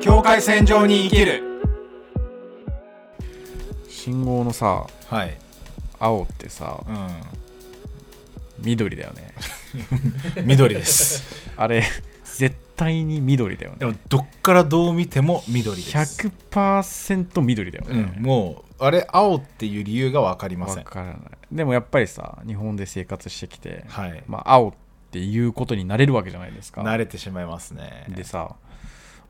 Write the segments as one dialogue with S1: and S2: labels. S1: 境界線上に生きる
S2: 信号のさ
S1: はい
S2: 青ってさ
S1: う
S2: 緑だよね
S1: ん緑です
S2: あれ絶対に緑だよ
S1: で
S2: ね
S1: もどっからどう見ても緑です
S2: 100%緑だよ
S1: うん
S2: ね、
S1: もうあれ青っていう理由が分かりま
S2: わ
S1: せん
S2: からないでもやっぱりさ日本で生活してきて、
S1: はい、
S2: まあ、青っていうことになれるわけじゃないですか
S1: 慣れてしまいますね
S2: でさ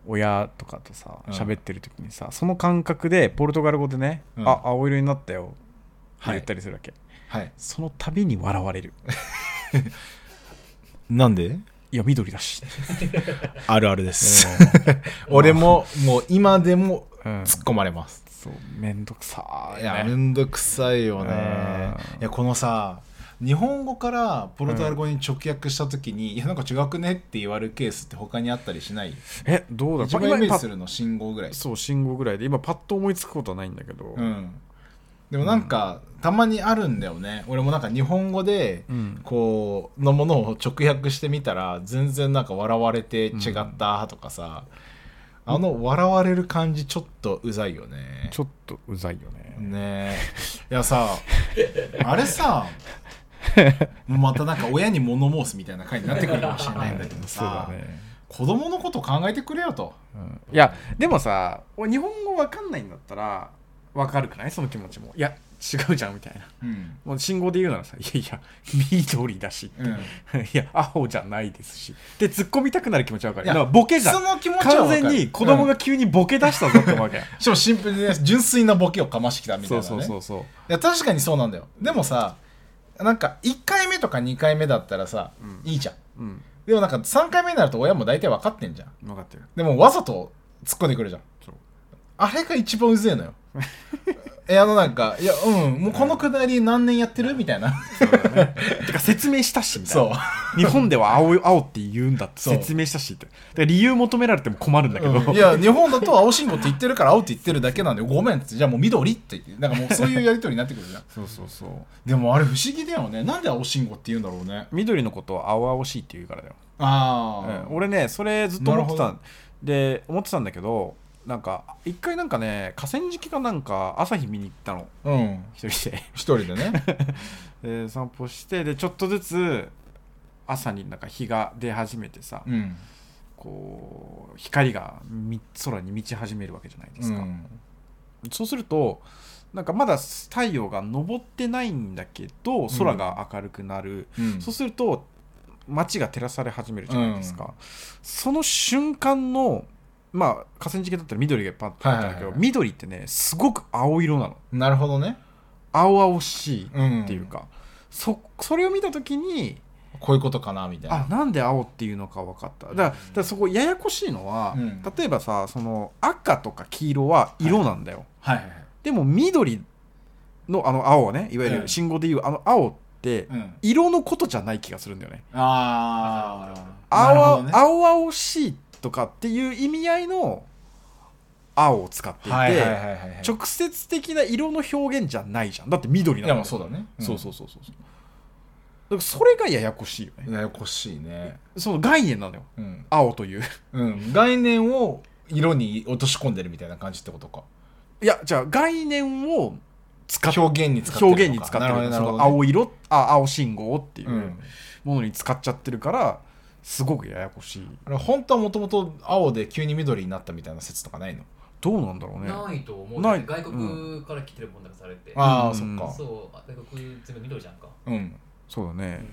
S2: 親とかとさ
S1: うん
S2: 喋ってる時にさ、その感覚でポルトガル語でね「
S1: うん
S2: あ青色になったよ」って
S1: はい
S2: 言ったりするわけ、
S1: はい
S2: その度に笑われる
S1: なんで
S2: いや緑だし
S1: あるあるです、俺ももう今でも
S2: うん
S1: 突っ込まれます、
S2: そうめんどくさー
S1: いや
S2: ね
S1: めんどくさいよね
S2: うん
S1: いやこのさ日本語からポルトガル語に直訳した時に、いやなんか違くねって言われるケースって他にあったりしない
S2: えどうだ
S1: 一番イ
S2: まあ
S1: メ
S2: 今
S1: ー
S2: パ
S1: ジ
S2: ッ
S1: するの信号ぐらい
S2: そう信号ぐらいで今パッと思いつくことはないんだけど、
S1: うんでもなんか、たまにあるんだよね俺もなんか日本語で、
S2: うん
S1: こうのものを直訳してみたら全然なんか笑われて違ったとかさ、あの笑われる感じちょっとうざいよね
S2: ちょっとうざいよね、
S1: ねえいやさあれさもうまたなんか親に物申すみたいな回になってくるかもしれないんだけど
S2: そうだ
S1: さ、
S2: ね、
S1: 子供のこと考えてくれよと
S2: うんいやでもさ俺日本語わかんないんだったらわかるくないその気持ちもいや違うじゃんみたいな
S1: うん、
S2: もう信号で言うならさ「いやいや緑だし」
S1: うん、い
S2: いや青じゃないですし」で突っ込みたくなる気持ちはわかる
S1: や
S2: だからボケじゃ
S1: そ
S2: ん
S1: の気持ちは
S2: 完
S1: わかる
S2: 全に子供
S1: うん
S2: が急にボケ出したぞってわけ、
S1: しかもシンプルで純粋なボケをかましてきたみたい
S2: そ
S1: な
S2: う
S1: ね
S2: そうそうそう
S1: いや確かにそうなんだよでもさなんか1回目とか2回目だったらさ、
S2: うん
S1: いいじゃん
S2: うん
S1: でもなんか3回目になると親も大体分かってんじゃん
S2: 分かってる
S1: でもわざと突っ込んでくるじゃん
S2: そう
S1: あれが一番うぜえのよ えあのなんかいやうんもうこのくだり何年やってるみたい な
S2: そうだ ねてか説明したしみたいな
S1: そう
S2: 日本では青い青って言うんだって
S1: そう
S2: 説明したしってだから理由求められても困るんだけど、
S1: うんいや日本だと青信号って言ってるから青って言ってるだけなんでごめんっつってじゃあもう緑って言ってなんかもうそういうやり取りになってくるじゃん
S2: そうそうそう
S1: でもあれ不思議だよねなんで青信号って言うんだろうね
S2: 緑のことを青々しいって言うからだよ、
S1: ああ、
S2: うん俺ねそれずっと思って
S1: な
S2: た
S1: る
S2: んで思ってたんだけどなんか一回なんかね河川敷かなんか朝日見に行ったの
S1: うん
S2: 一人で
S1: 一人でね
S2: で散歩してでちょっとずつ朝になんか日が出始めてさ、
S1: うん
S2: こう光がみ空に満ち始めるわけじゃないですか、
S1: うん
S2: そうするとなんかまだ太陽が昇ってないんだけど空が明るくなる、
S1: うん
S2: そうすると街が照らされ始めるじゃないですか、その瞬間のまあ河川敷だったら緑がパッとあったん
S1: はい
S2: だけど、
S1: はいはい
S2: 緑ってねすごく青色なの
S1: なるほどね、
S2: 青々しい
S1: うん、
S2: っていうか、そそれを見た時に
S1: こういうことかなみたいな
S2: あなんで青っていうのか分かっただからだからそこややこしいのは、
S1: うん
S2: 例えばさその赤とか黄色は色なんだよ、
S1: はいはいはい
S2: でも緑のあの青はねいわゆ
S1: う
S2: る
S1: ん
S2: 信号でいうあの青って
S1: うん
S2: 色のことじゃない気がするんだよね。
S1: ああな
S2: 青
S1: るほどね
S2: 青々しいとかっていう意味合いの青を使っていて、
S1: はいはいはいはいはい
S2: 直接的な色の表現じゃないじゃんだって緑なん
S1: い
S2: だ
S1: や
S2: も
S1: まあ
S2: ん
S1: そうだね、
S2: そうそうそうそうだからそれがややこしいよね
S1: ややこしいね
S2: その概念なのよ
S1: うん、
S2: 青という
S1: うん、概念を色に落とし込んでるみたいな感じってことか
S2: いやじゃあ概念を使っ
S1: 表現に使ってるのか
S2: 表現に使ってる
S1: なるほどな
S2: そ
S1: るほど
S2: の青色あ青信号っていう、
S1: うん
S2: ものに使っちゃってるからすごくややこしい
S1: あれ本当はもともと青で急に緑になったみたいな説とかないの
S2: どうなんだろうね
S3: ないと思う
S2: ない
S3: 外国から来てるもんだからされて、
S1: ああ、
S2: うん
S1: そっか
S3: そうあ外国全部緑じゃんか、
S1: うん
S2: そうだね、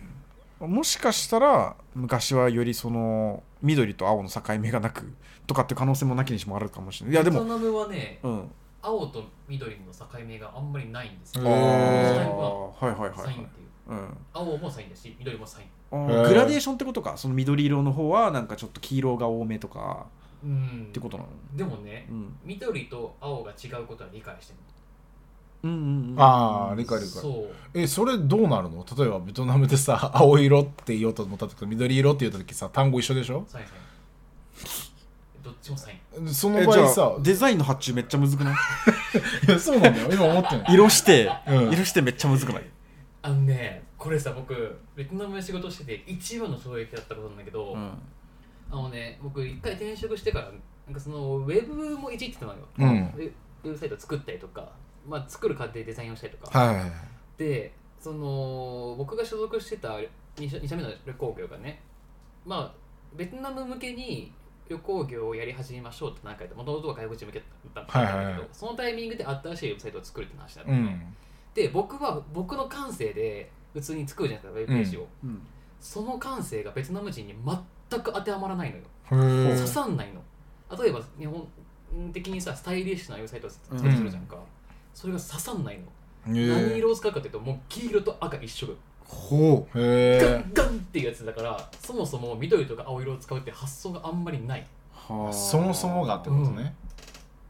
S2: もしかしたら昔はよりその緑と青の境目がなくとかって可能性もなきにしもあるかもしれないいやで
S3: ベ
S2: も
S3: トナムはね
S2: うん
S3: 青と緑の境目があんまりないんですよ
S1: へ
S2: あ
S1: ー
S2: ーはいはいはいは
S3: サインっ
S2: い、
S3: ていう
S2: うん
S3: 青もサインだし緑もサイン
S2: あ
S1: へ
S2: ー、
S1: ー
S2: グラデーションってことかその緑色の方はなんかちょっと黄色が多めとか
S3: うん
S2: ってことなの、
S3: でもね
S2: うん、
S3: 緑と青が違うことは理解してる
S2: うんうんうん
S1: ああ
S2: あ
S1: 理解理解
S3: そう
S1: えそれどうなるの例えばベトナムでさ青色って言おうと思った時と緑色って言った時さ単語一緒でしょ
S3: サインサインどっちもサイン
S1: その
S2: え
S1: 場
S2: じゃ
S1: 合
S2: あ
S1: さ
S2: デザインの発注めっちゃむずくない
S1: いや そうなんだよ今思ってんの
S2: 色して、
S1: うん
S2: 色してめっちゃむずくない、
S3: あのねこれさ僕ベトナムで仕事してて一番の衝撃だったことなんだけど、
S2: うん
S3: あのね僕一回転職してからなんかそのウェブもいじってたのよ、
S1: うん
S3: ウェウェブサイト作ったりとか、まあ、作る過程でデザインをしたりとか、
S1: はいはいはい
S3: でその僕が所属してた 2, 社二社目の旅行業がねまあベトナム向けに旅行業をやり始めましょうって何回でもともとは外国人向けだったんだけど、
S1: はいはいはい
S3: そのタイミングで新しいウェブサイトを作るって話だった
S1: う
S3: のね、
S1: ん
S3: で僕は僕の感性で普通に作るじゃないですかウェブページを、
S2: うん
S3: その感性がベトナム人に全く当てはまらないのよ
S1: へー
S3: 刺さんないの例えば日本的にさスタイリッシュなウェブサイトを作ったりするじゃんか、それが刺さんないの、
S1: へー
S3: 何色を使うかっていうともう黄色と赤一色
S1: ほうへ
S3: ガ
S1: え
S3: ンガンっていうやつだからそもそも緑とか青色を使うって発想があんまりないっ
S2: はあ
S1: そもそもがってことね、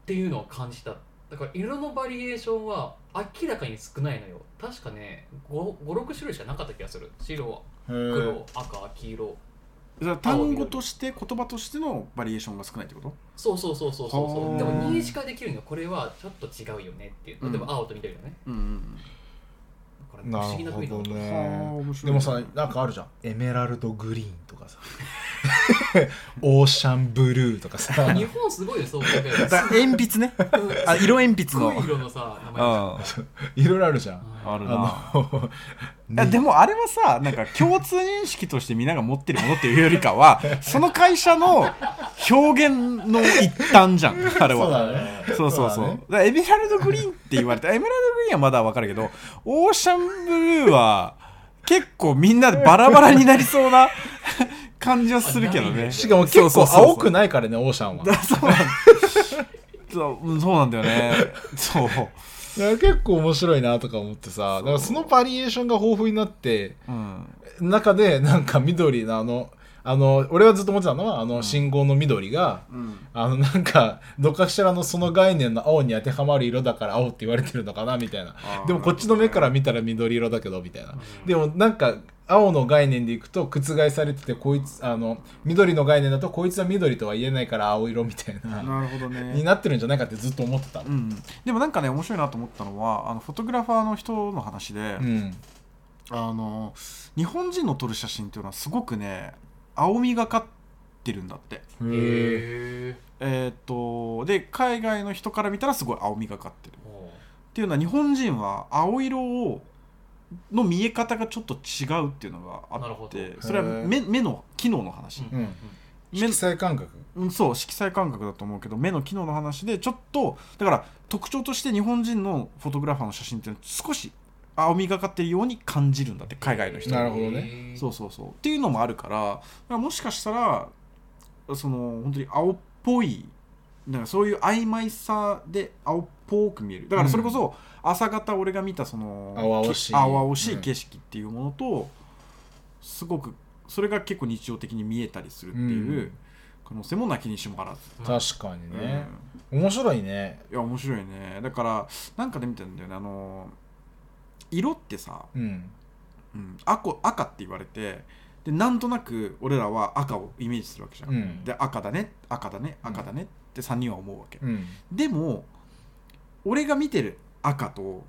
S3: ていうのを感じただから色のバリエーションは明らかに少ないのよ確かね56種類しかなかった気がする白
S1: へー
S3: 黒赤黄色
S2: じゃあ単語として言葉としてのバリエーションが少ないってこと
S3: そうそうそうそうそうそ
S2: は
S3: う
S2: あ
S3: でも認識ができるのはこれはちょっと違うよねっていう
S2: うん
S3: 例えば青と緑だね、
S2: うんうん
S3: これ不
S1: な
S3: 思議な国
S1: る
S3: だ
S1: ほど
S2: はあ
S1: ね
S2: 面白
S1: で
S2: い
S1: もさなんかあるじゃんエメラルドグリーンとかさオーシャンブルーとかさ
S3: 日本すごいよそう考える
S2: だ鉛筆ね
S3: と
S2: あ色鉛筆
S3: すごい
S2: の
S3: 色のさ名前
S2: あ
S1: いろいろあるじゃん
S2: あるな
S1: あの
S2: あ
S1: ね
S2: でもあれはさなんか共通認識としてみんなが持ってるものっていうよりか はその会社の表現の一端じゃんあれ
S1: そう
S2: は
S1: だね
S2: そうそう
S1: だ
S2: そう
S1: ね
S2: だからエメラルドグリーンって言われてエメラルドグリーンはまだわかるけどオーシャンブルーは結構みんなでバラバラになりそうな 感じはするけどね
S1: しかも結構青くないからねオーシャンは
S2: だそうなんそううんそうなんだよねそ
S1: だ
S2: う、
S1: から結構面白いなとか思ってさだからそのバリエーションが豊富になって
S2: うん、
S1: 中でなんか緑のあのあの俺はずっと思ってたのはあの信号の緑が、あのなんかどっかしらのその概念の青に当てはまる色だから青って言われてるのかなみたいな
S2: ー
S1: でもこっちの目から見たら緑色だけどみたいなでもなんか青の概念でいくと覆されててこいつあの緑の概念だとこいつは緑とは言えないから青色みたいな
S2: なるほどね
S1: になってるんじゃないかってずっと思ってた
S2: う。ん、でもなんかね面白いなと思ったのはあのフォトグラファーの人の話で、
S1: うん
S2: あの日本人の撮る写真っていうのはすごくね青みがかってるんだって
S1: へ
S3: へ
S1: ー
S3: え
S2: えーっ、とで海外の人から見たらすごい青みがかってるっていうのは日本人は青色をの見え方がちょっと違うっていうのがあ
S3: なるほ
S2: っ
S3: どへ
S2: て
S3: ー
S2: それは目目の機能の話、
S1: うん
S2: 目
S1: 色彩感覚
S2: うん、そう色彩感覚だと思うけど目の機能の話でちょっとだから特徴として日本人のフォトグラファーの写真っていうのは少し青みがかってるように感じるんだって海外の人
S1: な
S2: は
S1: るほどね
S3: ね
S2: そうそうそうっていうのもあるからだからもしかしたらその本当に青っぽいなんかそういう曖昧さで青っぽく見えるだからそれこそ朝方俺が見たその
S1: 青々しい
S2: き青々し
S1: う
S2: い
S1: ん
S2: 景色っていうものとすごくそれが結構日常的に見えたりするっていうう可能性もなきにしもあらず。
S1: 確かにね、
S2: うん
S1: 面白いね
S2: いや面白いねだからなんかで見てんだよねあの色ってさ、
S1: うん
S2: うん、赤赤って言われてでなんとなく俺らは赤をイメージするわけじゃん、
S1: うん
S2: で赤だね赤だね赤だねって3人は思うわけ、
S1: うん
S2: でも俺が見てる赤と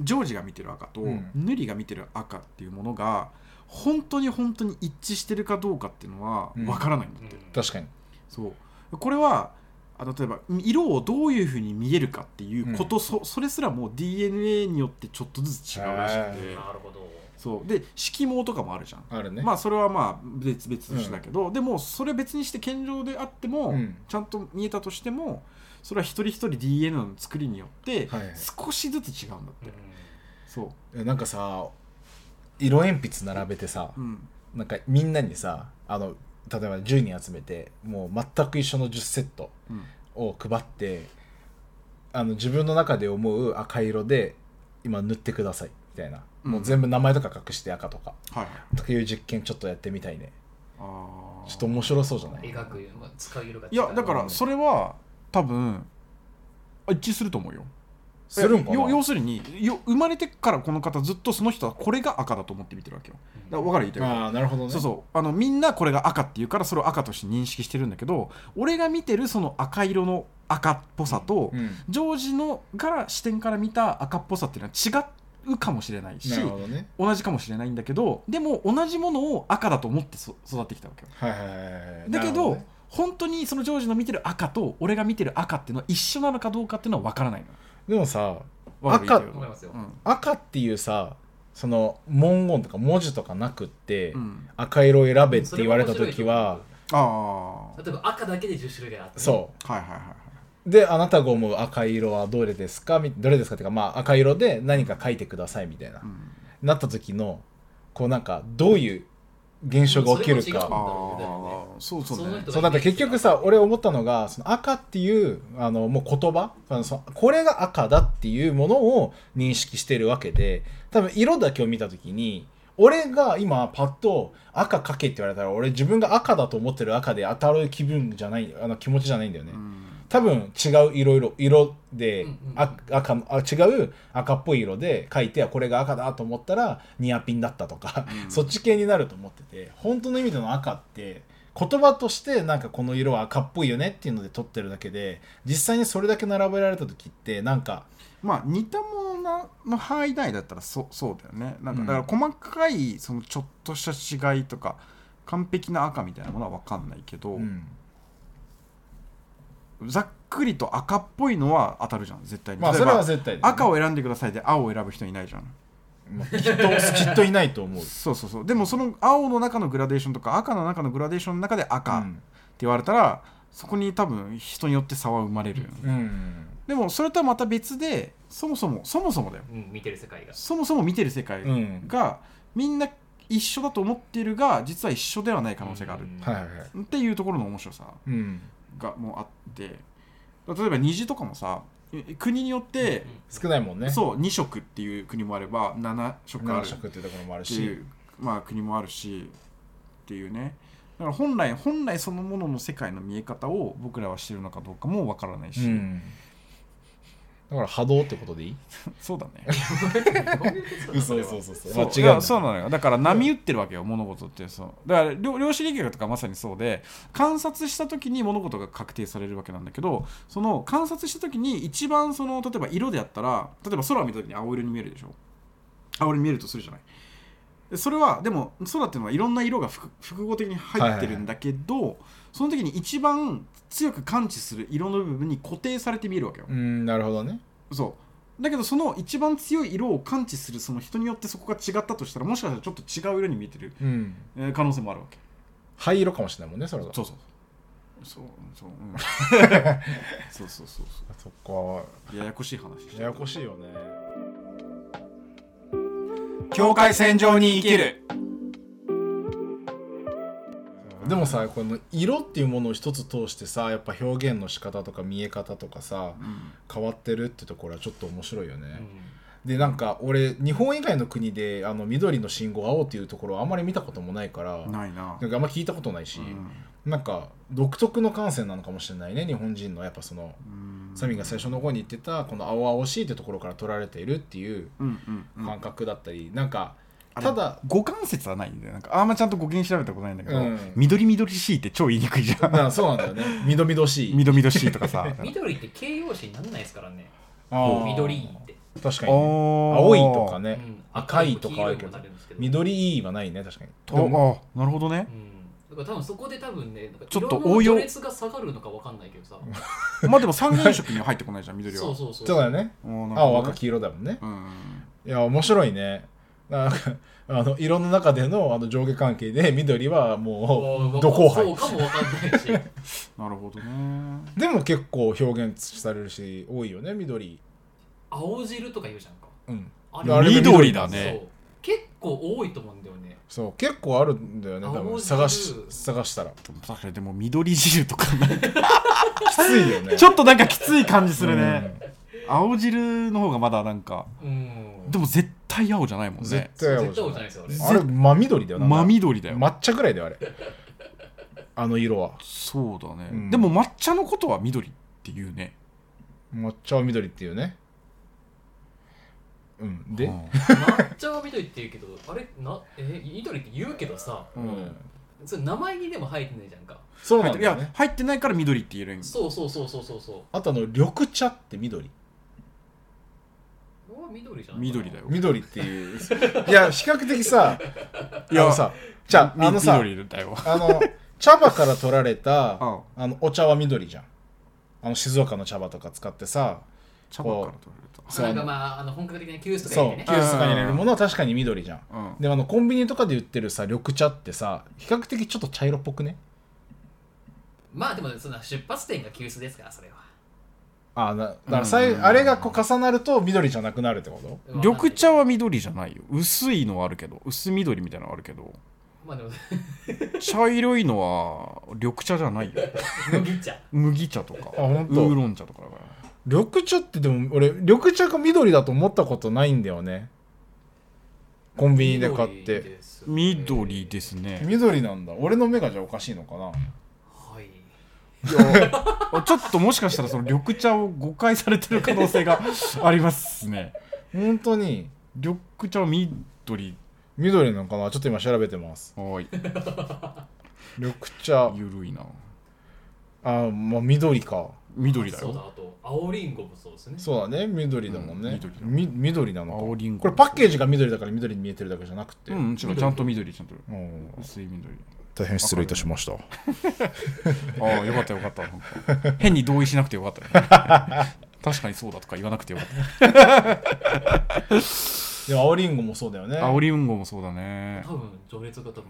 S2: ジョージが見てる赤と、
S1: うん
S2: ヌリが見てる赤っていうものが本当に本当に一致してるかどうかっていうのは
S1: うん
S2: 分からないんだって、
S1: 確かに
S2: そうこれはあ例えば色をどういうふうに見えるかっていうこと、
S1: う
S2: そそれすらもう DNA によってちょっとずつ違うらしくて
S3: なるほど
S2: そうで色毛とかもあるじゃん、
S1: あるね
S2: まあそれはまあ別々としてだけど、でもそれ別にして健常であっても、
S1: うん
S2: ちゃんと見えたとしてもそれは一人一人 DNA の作りによって
S1: はいはい
S2: 少しずつ違うんだって、そ
S1: えなんかさ色鉛筆並べてさ
S2: う、うん、
S1: なんかみんなにさあの例えば10人集めてもう全く一緒の10セット
S2: うん
S1: を配ってあの自分の中で思う赤色で今塗ってくださいみたいな、もう全部名前とか隠して赤とか
S2: はいはい
S1: とかいう実験ちょっとやってみたいね
S2: あー
S1: ちょっと面白そうじゃない
S3: 描くまあ使う色が違う
S2: いやだからそれは多分あ一致すると思うよ
S1: するんかな
S2: よ要するによ生まれてからこの方ずっとその人はこれが赤だと思って見てるわけよだから分かる言いたいこと
S1: ああなるほどね
S2: そうそうあのみんなこれが赤っていうからそれを赤として認識してるんだけど俺が見てるその赤色の赤っぽさと、
S1: うん
S2: ジョージのから視点から見た赤っぽさっていうのは違うかもしれないし
S1: なるほどね
S2: 同じかもしれないんだけどでも同じものを赤だと思ってそ育ってきたわけよ
S1: はいはいはいはい
S2: だけ
S1: なるほ
S2: ど
S1: ね
S2: 本当にそのジョージの見てる赤と俺が見てる赤っていうのは一緒なのかどうかっていうのは分からないの
S1: でもさ
S2: わかる
S1: 赤
S2: 言いたい
S3: 思いますよ
S2: こと
S1: 赤っていうさその文言とか文字とかなくって、
S2: うんうん
S1: 赤色選べって言われた時は
S2: ああ
S3: 例えば赤だけで10種類があって
S1: そ
S2: はいはいはいはいう
S1: であなたが思う赤色はどれですかみどれですかっていうかまあ赤色で何か書いてくださいみたいな、
S2: うん
S1: なった時のこうなんかどういう現象が起きる
S3: それも違う
S2: あ
S1: か
S2: あそうそう
S3: その
S2: ね
S3: 人
S1: そうだって結局さ俺思ったのがその赤っていうあのもう言葉あのそのこれが赤だっていうものを認識してるわけで多分色だけを見た時に俺が今パッと赤かけって言われたら俺自分が赤だと思ってる赤で当たる気分じゃないあの気持ちじゃないんだよね。
S2: うん
S1: 多分違う色々色で、
S3: うんうんうん
S1: あ赤のあ違う赤っぽい色で書いてあこれが赤だと思ったらニアピンだったとか、
S2: うん
S1: そっち系になると思ってて本当の意味での赤って言葉としてなんかこの色は赤っぽいよねっていうので撮ってるだけで実際にそれだけ並べられた時ってなんか
S2: まあ似たものなの範囲内だったらそそうだよねなんか
S1: うん
S2: だから細かいそのちょっとした違いとか完璧な赤みたいなものは分かんないけど、
S1: うん
S2: ざっくりと赤っぽいのは当たるじゃん絶対に、
S1: まあ
S2: 例
S1: そ
S2: え
S1: れ
S2: ば
S1: は絶対だよね
S2: 赤を選んでくださいで青を選ぶ人いないじゃん
S1: まあきっときっといないと思う。
S2: そうそうそうでもその青の中のグラデーションとか赤の中のグラデーションの中で赤
S1: う
S2: って
S1: ん
S2: 言われたら、そこに多分人によって差は生まれるよね、
S1: うん
S2: でもそれとはまた別でそもそもそもそもだよ
S3: うん見てる世界が
S2: そもそも見てる世界
S1: うん
S2: が、みんな一緒だと思っているが実は一緒ではない可能性がある、
S3: うん
S1: はいはいはい
S2: っていうところの面白さ
S1: うん、
S2: がもうあって例えば虹とかもさ国によって、
S1: 少ないもんね
S2: そう2色っていう国もあれば7色あ
S1: 7色っ
S2: る
S1: ていうところもある
S2: って
S1: し
S2: いう、まあ、国もあるしっていうねだから本来本来そのものの世界の見え方を僕らはしてるのかどうかもわからないし、
S1: うん、だから波動ってことでいい
S2: そうだね
S1: 嘘嘘嘘嘘
S2: そう
S1: まあ
S2: だ
S1: 違
S2: か
S1: う
S2: ら
S1: ん
S2: そう
S1: だ
S2: なのよだから波打ってるわけよ、物事ってそうだから量量子力学とかまさにそうで観察した時に物事が確定されるわけなんだけどその観察した時に一番その例えば色であったら例えば空を見た時に青色に見えるでしょ青色に見えるとするじゃないでそれはでも空っていうのはいろんな色が複複合的に入ってるんだけど、その時に一番強く感知する色の部分に固定されて見えるわけよ、
S1: うんなるほどね
S2: そうだけどその一番強い色を感知するその人によってそこが違ったとしたらもしかしたらちょっと違う色に見えてる
S1: うん
S2: えー可能性もあるわけ
S1: 灰色かもしれないもんねそれが
S2: そうそうそうそう、うん、そうそうそうそ
S1: そっ
S2: うややこしい話
S1: かややこしいよね
S2: 境界線上に生きる
S1: でもさこの色っていうものを一つ通してさやっぱ表現の仕方とか見え方とかさ
S2: うん
S1: 変わってるってところはちょっと面白いよ
S3: う
S1: ね、
S3: ん
S1: でなんか俺日本以外の国であの緑の信号青っていうところはあんまり見たこともないからな
S2: ないな、
S1: んかあんま聞いたことないし、
S2: うん
S1: なんか独特の感性なのかもしれないね日本人のやっぱその
S2: うん
S1: サミが最初の方に言ってたこの青々しいってところから取られているっていう
S2: うんうんうん
S1: 感覚だったり、なんか
S2: あれ
S1: ただ
S2: 五感節はないんだよなんかあんまちゃんと語源調べたことないんだけど、
S1: うん
S2: 緑緑しいって超言いにくいじゃん
S1: なそうなんだよね みどみどしい
S2: 緑緑しいとかさ
S3: 緑って形容詞にならないですからね
S1: あー
S3: 緑いいって、
S1: 確かに、ね、
S2: 青
S1: 青いとか
S3: う
S1: ね、
S3: ん、
S1: 赤いとかある
S3: 黄色
S1: け
S3: にも
S1: ど
S3: なるんですけど
S1: 緑いいはないね確かに
S2: ああなるほどね
S3: うん、だから多分そこで多分ねなんか
S2: ちょっと応用
S3: 色の序列が下がるのかわかんないけどさ
S2: まあでも三原色には入ってこないじゃん緑は
S3: そうそうそう
S1: そうだよね
S2: うんなるほ
S1: 青
S2: ど
S1: 赤
S2: ね
S1: 黄色だもんね
S2: うん
S1: いや面白いね なんかあの色の中でのあの上下関係で緑はもうど後
S3: そ
S1: 輩
S3: うかもわかんないし
S2: なるほどね
S1: でも結構表現されるし多いよね緑
S3: 青汁とか言うじゃんか
S1: うん
S3: あ
S1: いやあれ
S2: 緑だね
S3: そう結構多いと思うんだよね
S1: そう結構あるんだよね多
S3: 青
S1: 分
S3: 汁
S1: 探し探したら
S2: だからでも緑汁とかなんか
S1: きついよね
S2: ちょっとなんかきつい感じするね、青汁の方がまだなんか
S3: うん
S2: でも絶対青じゃないもん
S1: 絶
S2: ね
S1: 対青
S3: 絶対
S1: じゃ
S3: 多いじゃ
S1: ない
S3: ないですよ
S1: あれ真緑だよなんか
S2: 真緑だよ、
S1: 抹茶ぐらいだよあれあの色は
S2: そうだね、
S1: うん
S2: でも抹茶のことは緑っていうね
S1: 抹茶は緑っていうねうんで、
S2: うん
S3: 抹茶は緑って言うけどあれなえ緑って言うけどさ
S1: う
S2: うん
S1: ん、
S3: それ名前にでも入ってないじゃんか
S1: そう
S2: 入
S1: な
S2: っ
S1: ん
S2: て
S1: だ
S2: い
S1: よ
S2: や
S1: ね
S2: 入ってないから緑って言えるん
S3: そうそうそうそうそうそう
S1: あとあの緑茶って緑
S3: うわは緑じゃない
S2: 緑だよ
S1: 緑っていういや比較的さ
S2: いや
S1: あのさじゃあ
S2: み
S1: あのさ
S2: 緑だよ
S1: あの茶葉から取られた
S2: あ
S1: あのお茶は緑じゃんあの静岡の茶葉とか使ってさ
S2: 茶葉から取られた
S1: そう
S3: なんかまああの本格的な急須とか
S1: そ
S3: 入
S1: う
S3: れて
S1: 急
S3: ね
S1: 須とかに入れるものは確かに緑じゃん
S2: うん
S1: でもあのコンビニとかで売ってるさ緑茶ってさ比較的ちょっと茶色っぽくね
S3: まあでもそんな出発点が急須ですからそれは
S1: あなだからさい、あれがこう重なると緑じゃなくなるってこと
S2: 緑茶は緑じゃないよ薄いのはあるけど薄緑みたいなのはあるけど
S3: まあでも
S2: 茶色いのは緑茶じゃないよ
S3: 麦茶
S2: 麦茶とか
S1: あ
S2: ウ
S1: 本当
S2: ーロン茶とかだから
S1: 緑茶ってでも俺緑茶が緑だと思ったことないんだよねコンビニで買って
S3: すね
S2: 緑ですね
S1: 緑なんだ俺の目がじゃあおかしいのかな
S3: はい
S2: いやちょっともしかしたらその緑茶を誤解されてる可能性がありますね
S1: 本当に
S2: 緑茶は緑
S1: 緑なのかなちょっと今調べてます
S2: はい
S1: 緑茶
S2: ゆるいな
S1: あまあ緑か
S2: 緑だ
S3: そうだ
S2: よ
S3: あと青りんごもそうですね
S1: そうだね緑だもんね、
S2: うん緑だ
S1: み緑なの
S2: 青りん
S1: かこ
S2: ご
S1: れパッケージが緑だから緑に見えてるだけじゃなくて、
S2: うん違うちゃんと緑ちゃんと
S1: うん
S2: 薄い緑
S1: 大変失礼いたしました
S2: ああよかったよかったなんか変に同意しなくてよかったよ確かにそうだとか言わなくてよかった
S1: でも青りんごもそうだよね
S2: 青りんごもそうだね
S3: 多分序列が多分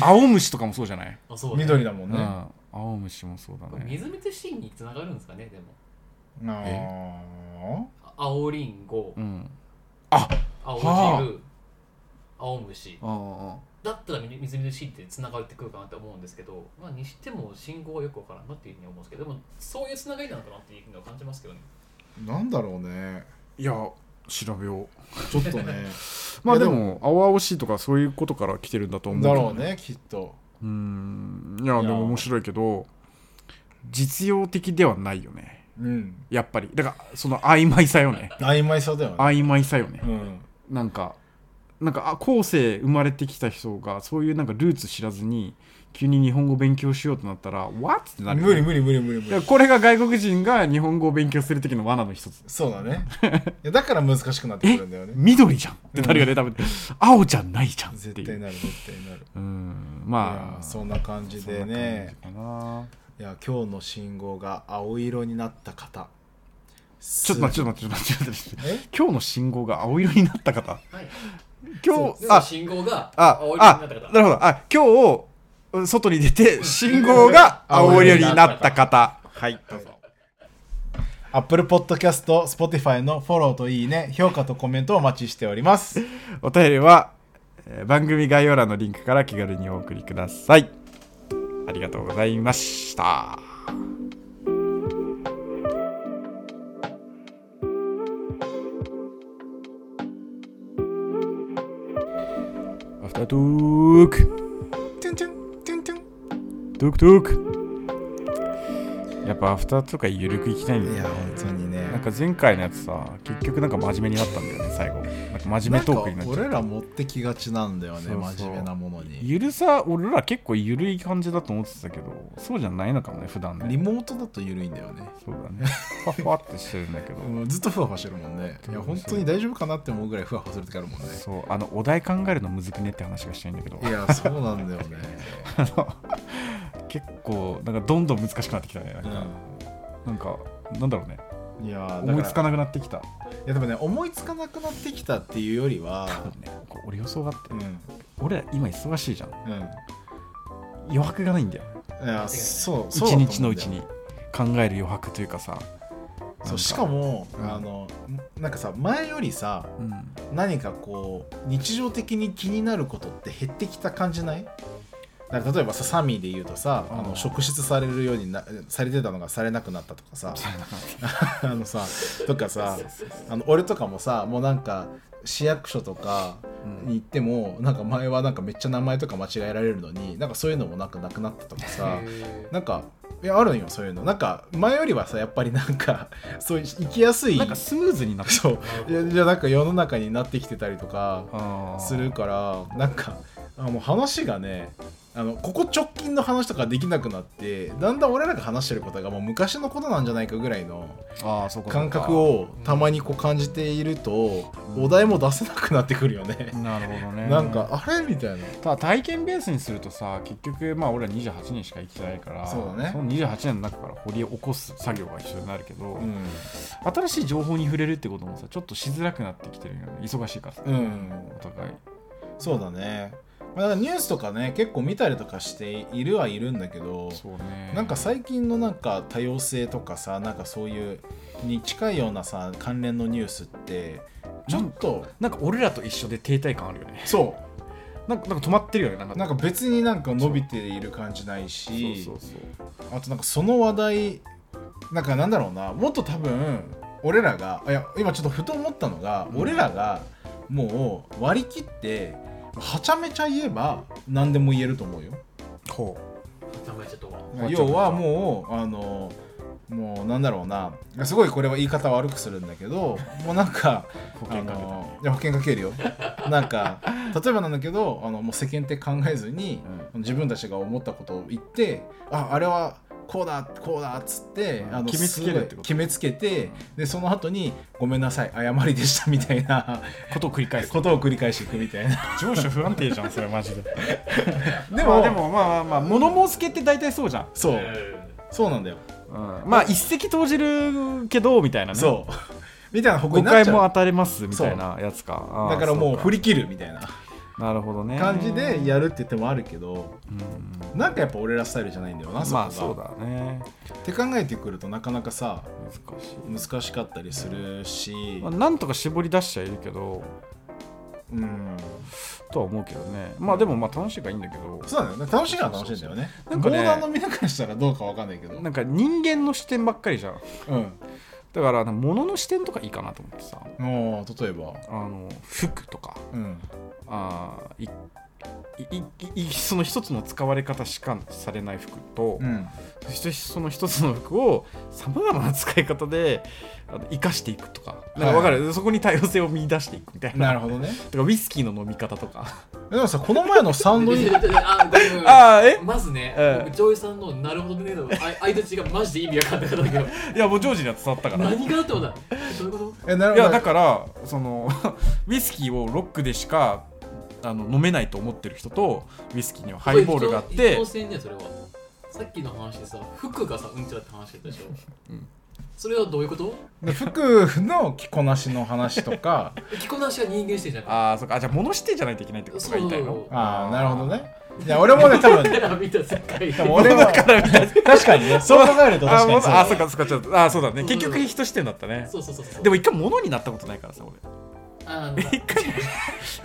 S2: 青虫とかもそうじゃない、
S3: あそうだね
S1: 緑だもん
S2: う
S1: ね、
S2: ん青虫もそうだ
S3: これ
S2: ね
S3: みずみずしいにつながるんですかねでも
S1: な
S2: え
S1: あ
S3: あ青りんご
S2: うん
S3: 青
S2: は
S3: 汁青虫
S2: ああ
S3: だったらみみずみずしいってつながってくるかなって思うんですけど、まあ、にしても信号はよくわからんなっていうふうに思うんですけどでもそういうつながりなのかなっていうふうには感じますけどね
S1: なんだろうね
S2: いや調べよう
S1: ちょっとね
S2: まあで
S1: いや
S2: も青々しいとかそういうことから来てるんだと思うけ
S1: だ
S2: ど
S1: ろうねきっと
S2: うんいや
S1: いや
S2: でも面白いけど実用的ではないよね
S1: うん
S2: やっぱりだからその曖昧さよね
S1: 曖昧さだよね
S2: 曖昧さよね
S1: うん
S2: なんかなんかあ後世生まれてきた人がそういうなんかルーツ知らずに急に日本語勉強しようとなったら「What?」ってなるよね
S1: 無理無理無理無理
S2: い
S1: 無
S2: や
S1: 理
S2: これが外国人が日本語を勉強する時の罠の一つ
S1: そうだ ねいやだから難しくなってくるんだよね
S2: 緑じゃんってなるよね多分青じゃないじゃんっていう
S1: 絶対なる絶対なる
S2: うん
S1: い
S2: ま
S1: や
S2: あ
S1: そんな感じでね
S2: そんな感じかない
S1: や今日の信号が青色になった方
S2: ち
S1: ち
S2: ょっと待ってちょっと待ってちょっと待って
S1: え
S2: 今日の信号が青色になった方
S3: はい
S2: 今日
S3: でも
S2: あ
S3: 信号が
S2: あ
S3: 青りんごにな
S2: あ
S3: った方
S2: なるほどあ今日うん外に 出て信号が青色になった方はいどうぞ
S1: Apple Podcast、Spotify のフォローといいね評価とコメントをお待ちしております
S2: お便りはえー番組概要欄のリンクから気軽にお送りくださいありがとうございましたアフタートーク
S1: トゥントゥントゥントゥン
S2: トークトークやっぱアフターとかゆるくいきたいん
S1: い
S2: だ
S1: や
S2: よ
S1: 本当にね
S2: なんか前回のやつさ結局なんか真面目になったんだよね最後なんか真面目トークになっちゃった
S1: 俺ら持ってきがちなんだよね
S2: そうそう
S1: 真面目なものに
S2: ゆるさ俺ら結構ゆるい感じだと思ってたけどそうじゃないのかもね普段
S1: リ
S2: ね
S1: モートだと緩いんだよね
S2: そうだねふわふわってしてるんだけど
S1: うんずっとふわふわしてるもんねいや本当に大丈夫かなって思うぐらいふわふわする時あるもんね
S2: そうあのお題考えるのむずくねって話がしたいんだけど
S1: いや そうなんだよね、
S2: 結構なんかどんどん難しくなってきたねなんか,、なんかなんだろうね
S1: いやだから
S2: 思いつかなくなってきた
S1: いやでもね思いつかなくなってきたっていうよりは
S2: 多分ねこ う俺予想があって
S1: うん
S2: 俺ら今忙しいじゃん
S1: う
S2: 余白がないんだよ
S1: んいやそうそうだと思
S2: 一
S1: うんだよ
S2: 日のうちに考える余白というかさなん
S1: そうしかも、
S2: うん
S1: あのなんかさ前よりさ
S2: うん
S1: 何かこう日常的に気になることって減ってきた感じないなんか例えばさサミーで言うとさ、あ
S2: う
S1: の
S2: ん
S1: 職質されるようになされてたのがされなくなったとかさ
S2: されなかっ た
S1: あのさとかさあの俺とかもさもうなんか市役所とかに行ってもなんか前はなんかめっちゃ名前とか間違えられるのになんかそういうのもなんかなくなったとかさ
S3: へ
S1: なんかいやあるんよそういうのなんか前よりはさやっぱりなんかそういう行きやすい
S2: なんかスムーズになった
S1: そう
S3: ー
S1: いやじゃあなんか世の中になってきてたりとか
S2: あー
S1: するからなんかあもう話がねあのここ直近の話とかできなくなってだんだん俺らが話してることがもう昔のことなんじゃないかぐらいの
S2: ああそうか
S1: 感覚をたまにこう感じていると
S2: うん
S1: お題も出せなくなってくるよね。
S2: なるほどね
S1: なんかあれみたいな。
S2: ただ体験ベースにするとさ結局まあ俺ら28年しか生きてないから
S1: そうだね
S2: その28年の中から掘り起こす作業が一緒になるけど、
S1: うん
S2: 新しい情報に触れるってこともさちょっとしづらくなってきてるよね忙しいからさ、
S1: うん
S2: お互い
S1: そうだね。まあ、だからニュースとかね結構見たりとかしているはいるんだけど
S2: そうね
S1: なんか最近のなんか多様性とかさなんかそういうに近いようなさ関連のニュースってちょっと
S2: なんか俺らと一緒で停滞感あるよね
S1: そ
S2: なんかなんか止まってるよねなんか
S1: うなんか別になんか伸びている感じないし
S2: そうそうそう
S1: あとなんかその話題なんかなんだろうなもっと多分俺らがいや今ちょっとふと思ったのが、
S2: うん
S1: 俺らがもう割り切ってはちゃめちゃ言えば何でも言えると思うよ
S2: こ
S3: 名前ちょっと
S2: はちゃめちゃ
S1: 要はもうあのもうなんだろうなすごいこれは言い方悪くするんだけどもうなんか
S2: う保険か
S1: あ
S2: けた、
S1: のいや保険かけるよなんか例えばなんだけどあのもう世間って考えずに自分たちが思ったことを言ってああれはこうだこうだっつって、
S2: うん
S1: あの
S2: 決めつけるってこと
S1: すごい決めつけて、
S2: うん
S1: でその後に「ごめんなさい誤りでした」みたいな
S2: ことを繰り返す
S1: ことを繰り返していくみたいな
S2: 上司不安定じゃんそれマジ で
S1: で
S2: で
S1: も
S2: もでもまあまあまあ物申す系って大体そうじゃん、
S1: そう
S3: うん
S1: そうなんだよ、
S2: まあ一石投じるけどみたいなね
S1: そうみたいな方向
S2: 誤
S1: になっ
S2: 解
S1: ちゃ
S2: も
S1: う
S2: 当たれますみたいなやつかあー
S1: だからもう
S2: そ
S1: 振り切るみたいな
S2: なるほどね
S1: 感じでやるって言ってもあるけど
S2: うん
S1: なんかやっぱ俺らスタイルじゃないんだよなそこが、
S2: まあそうだね
S1: って考えてくるとなかなかさ
S2: 難しい、
S1: 難しかったりするし
S2: まあ、なんとか絞り出しちゃいるけど
S1: うん
S2: とは思うけどねまあでもまあ楽しいからいいんだけど
S1: そうだよね楽しいから楽しいんだよね
S2: そうそう
S1: ボーダーの
S2: なんか
S1: みんなからしたらどうかわかんないけど
S2: なんか人間の視点ばっかりじゃん
S1: う
S2: だからなんか物の視点とかいいかなと思ってさ
S1: んもう例えば
S2: あの服とか
S1: うん
S2: あーいいいいその一つの使われ方しかされない服と、
S1: うん
S2: そしてその一つの服をさまざまな使い方であの生かしていくとかなんか分かる、そこに多様性を見出していくみたいな
S1: なるほどね
S2: とかウイスキーの飲み方とか
S1: でもさこの前のサンドイッチ
S3: あごめんごめん
S2: ああ え
S3: まずね、
S2: うん
S3: 僕ジョイさんの「なるほどね」のあ相槌がマジで意味わかんなかったけ ど
S2: いやもうジョージには伝わったから
S3: 何があってもだどういうこと
S1: えなる
S2: いやだからその ウイスキーをロックでしかあの飲めないと思ってる人とウイスキーにはハイボールがあっ
S3: これ一
S2: て
S3: 等戦じゃんそれはさっきの話でさ服がさうんちだって話してたでしょ、
S2: うん
S3: それはどういうこと
S1: で服の着こなしの話と か
S3: 着こなしは人間してんじゃん
S2: ああそっかあじゃあ物してじゃないといけないってことが言いたい
S3: そう
S2: の
S1: ああなるほどねいや俺もね多分
S3: だ から見た世界
S1: 多分俺は
S2: だからみたいな
S1: 確かにね そう考えると
S2: あ
S1: 確か
S2: ーも
S1: に
S2: う
S1: そう
S2: あ
S1: だ
S2: そっかそっかちょっとあーそうだね
S3: そう
S2: 結局人視点だったね
S3: そうそうそうそう
S2: でも一回物になったことないからさ俺
S3: あーなん
S2: 一
S3: か
S2: 回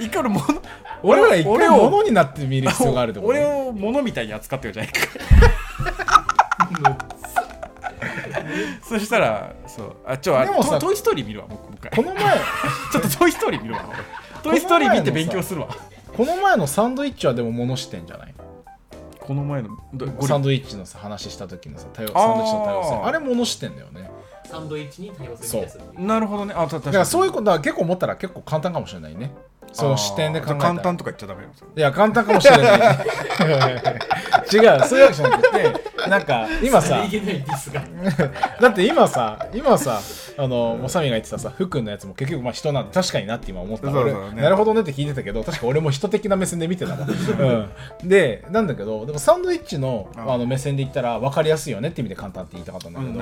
S2: 一回俺物
S1: 俺ら一
S2: 俺
S1: 回
S2: を
S1: 物になってみる必要があるってこと
S2: 俺を物みたいに扱ってるじゃないかそしたらそうあちょあ
S1: でもさ
S2: トトイ・ストーリー見るわもうもう一回
S1: この前
S2: ちょっとトイ・ストーリー見るわ俺トイ・ストーリー見て勉強するわ
S1: この前のサンドイッチはでも物してんじゃない
S2: この前のどゴリ
S1: サンドイッチのさ話した時のさ多様
S2: あー
S1: サンドイッチの多様性あれ物してんだよね
S3: サンドイッチに多様性みたいなやつ
S2: なるほどねあた確か
S1: だ
S2: に
S1: からそういうことだから結構思ったら結構簡単かもしれないねその視点で考えたら
S2: 簡単とか言っちゃダメなんですよ
S1: いや簡単かもしれない 違うそういうわけじゃなくてなんか今
S3: さ
S1: さ
S3: りげないディスが
S1: だって今さ今さあのもさみが言ってたさ福のやつも結局まあ人なんて確かになって今思った
S2: そう
S1: 俺
S2: そうね
S1: なるほどねって聞いてたけど確か俺も人的な目線で見て たもん、うん、でなんだけどでもサンドイッチの
S2: うん
S1: あの目線で言ったら分かりやすいよねって意味で簡単って言いたかったんだけど,、
S2: ね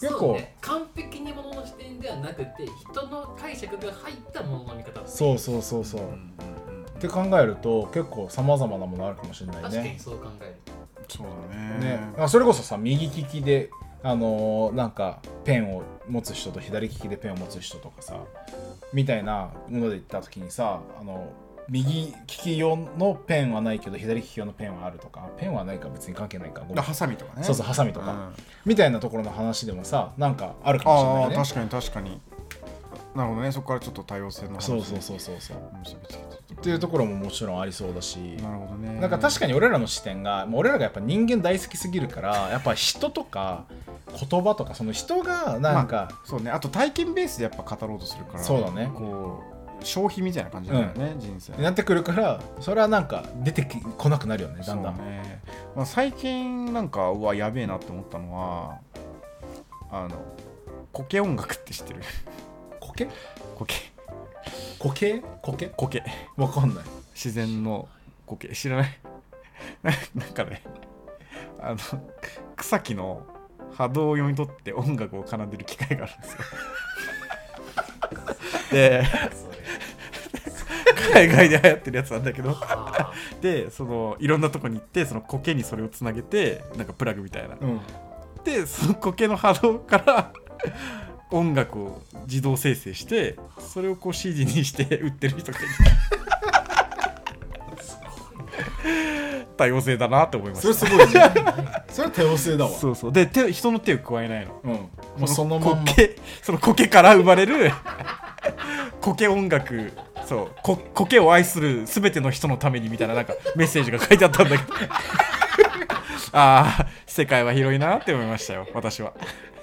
S1: 結構
S3: そうね完璧にものの視点ではなくて人の解釈が入ったものの見方
S1: そうそうそうそう、
S2: うんう
S1: っ
S2: んうん
S1: て考えると結構さまざまなものあるかもしれないね
S3: 確かにそう考える
S2: そう
S1: ね、あそれこそさ右利きで、あのーなんかペンを持つ人と左利きでペンを持つ人とかさみたいなもので言った時にさ、あの右利き用のペンはないけど左利き用のペンはあるとかペンはないか別に関係ないかごめん
S2: ハサミとかね
S1: そうそうハサミとか、みたいなところの話でもさなんかあるかもしれ
S2: ああ
S1: ないね
S2: 確かに確かになるほどねそこからちょっと多様性の話
S1: そうそう
S2: う
S1: そうそうそう
S2: 結びつけてっ
S1: っていうところももちろんありそうだし
S2: なるほどね
S1: なんか確かに俺らの視点がもう俺らがやっぱ人間大好きすぎるからやっぱ人とか言葉とかその人がなんか、
S2: そうねあと体験ベースでやっぱ語ろうとするから
S1: そうだね
S2: こう消費みたいな感じだよね、人生
S1: なってくるからそれはなんか出てきこなくなるよねだんだん
S2: そうねまあ、最近なんかうわやべえなって思ったのはあのコケ音楽って知ってる
S1: コケ
S2: コケ
S1: コケコケ
S2: コケ
S1: わかんない
S2: 自然のコケ知らない ななんかねあの草木の波動を読み取って音楽を奏でる機械があるんですよで
S3: それ
S2: 海外で流行ってるやつなんだけど
S3: あ
S2: でそのいろんなとこに行ってそのコケにそれをつなげてなんかプラグみたいな
S1: うん
S2: でその苔の波動から音楽を自動生成してそれをこう CD にして売ってる人がい る多様性だなって思いま
S1: それ
S2: し
S1: すごいじゃん それ多様性だ
S2: た
S1: わ
S2: そうそうで手人の手を加えないの
S1: うんもうそのまんま
S2: 苔その苔から生まれる 苔音楽そうこ苔を愛する全ての人のためにみたいななんかメッセージが書いてあったんだけ どああ世界は広いなって思いましたよ私は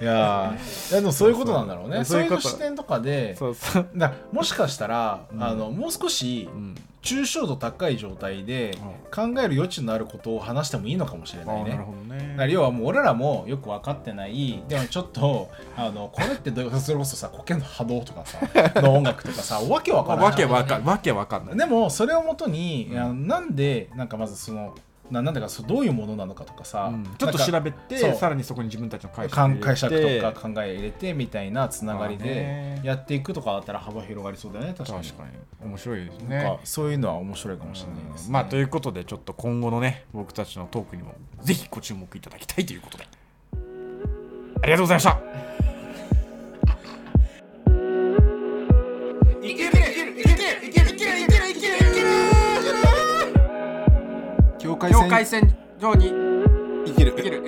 S2: い
S1: やーいやでもそういうことなんだろうね
S2: そ
S1: そう
S2: そ
S1: う
S2: うい
S1: いうう
S2: こと
S1: 視点とかで
S2: そうそう
S1: だもしかしたら、
S2: うん
S1: あのもう少し
S2: うん
S1: 抽象度高い状態で考える余地のあることを話してもいいのかもしれない
S2: ああな
S1: ね
S2: る。ほどね
S1: だから要はもう俺らもよく分かってないでもちょっとあのこれってどういうことそれこそさ苔の波動とか さの音楽とかさわけわ
S2: ま
S1: か
S2: あ、
S1: らない
S2: わけわかんわけわかんない
S1: でもそれをもとに、
S2: うん
S1: あのなんでなんかまずそのななんだかそうどういうものなのかとかさ、
S2: うんちょっと調べ
S1: そ
S2: て
S1: う
S2: さらにそこに自分たちの解
S1: べ
S2: 釈を入れて
S1: 解釈とか考え入れてみたいなつながり
S2: まあ
S1: で
S2: ね
S1: やっていくとかだったら幅広がりそうだよね確かに
S2: 確かに面白いです
S1: なん
S2: ね
S1: かそういうのは面白いかもしれないです、ね
S2: まあということでちょっと今後のね僕たちのトークにもぜひご注目いただきたいということでありがとうございました
S3: ーいけるいけるいけるいけるいけるいけるいけるいける
S1: 境界
S2: 境界線上に
S1: 生きる
S2: いける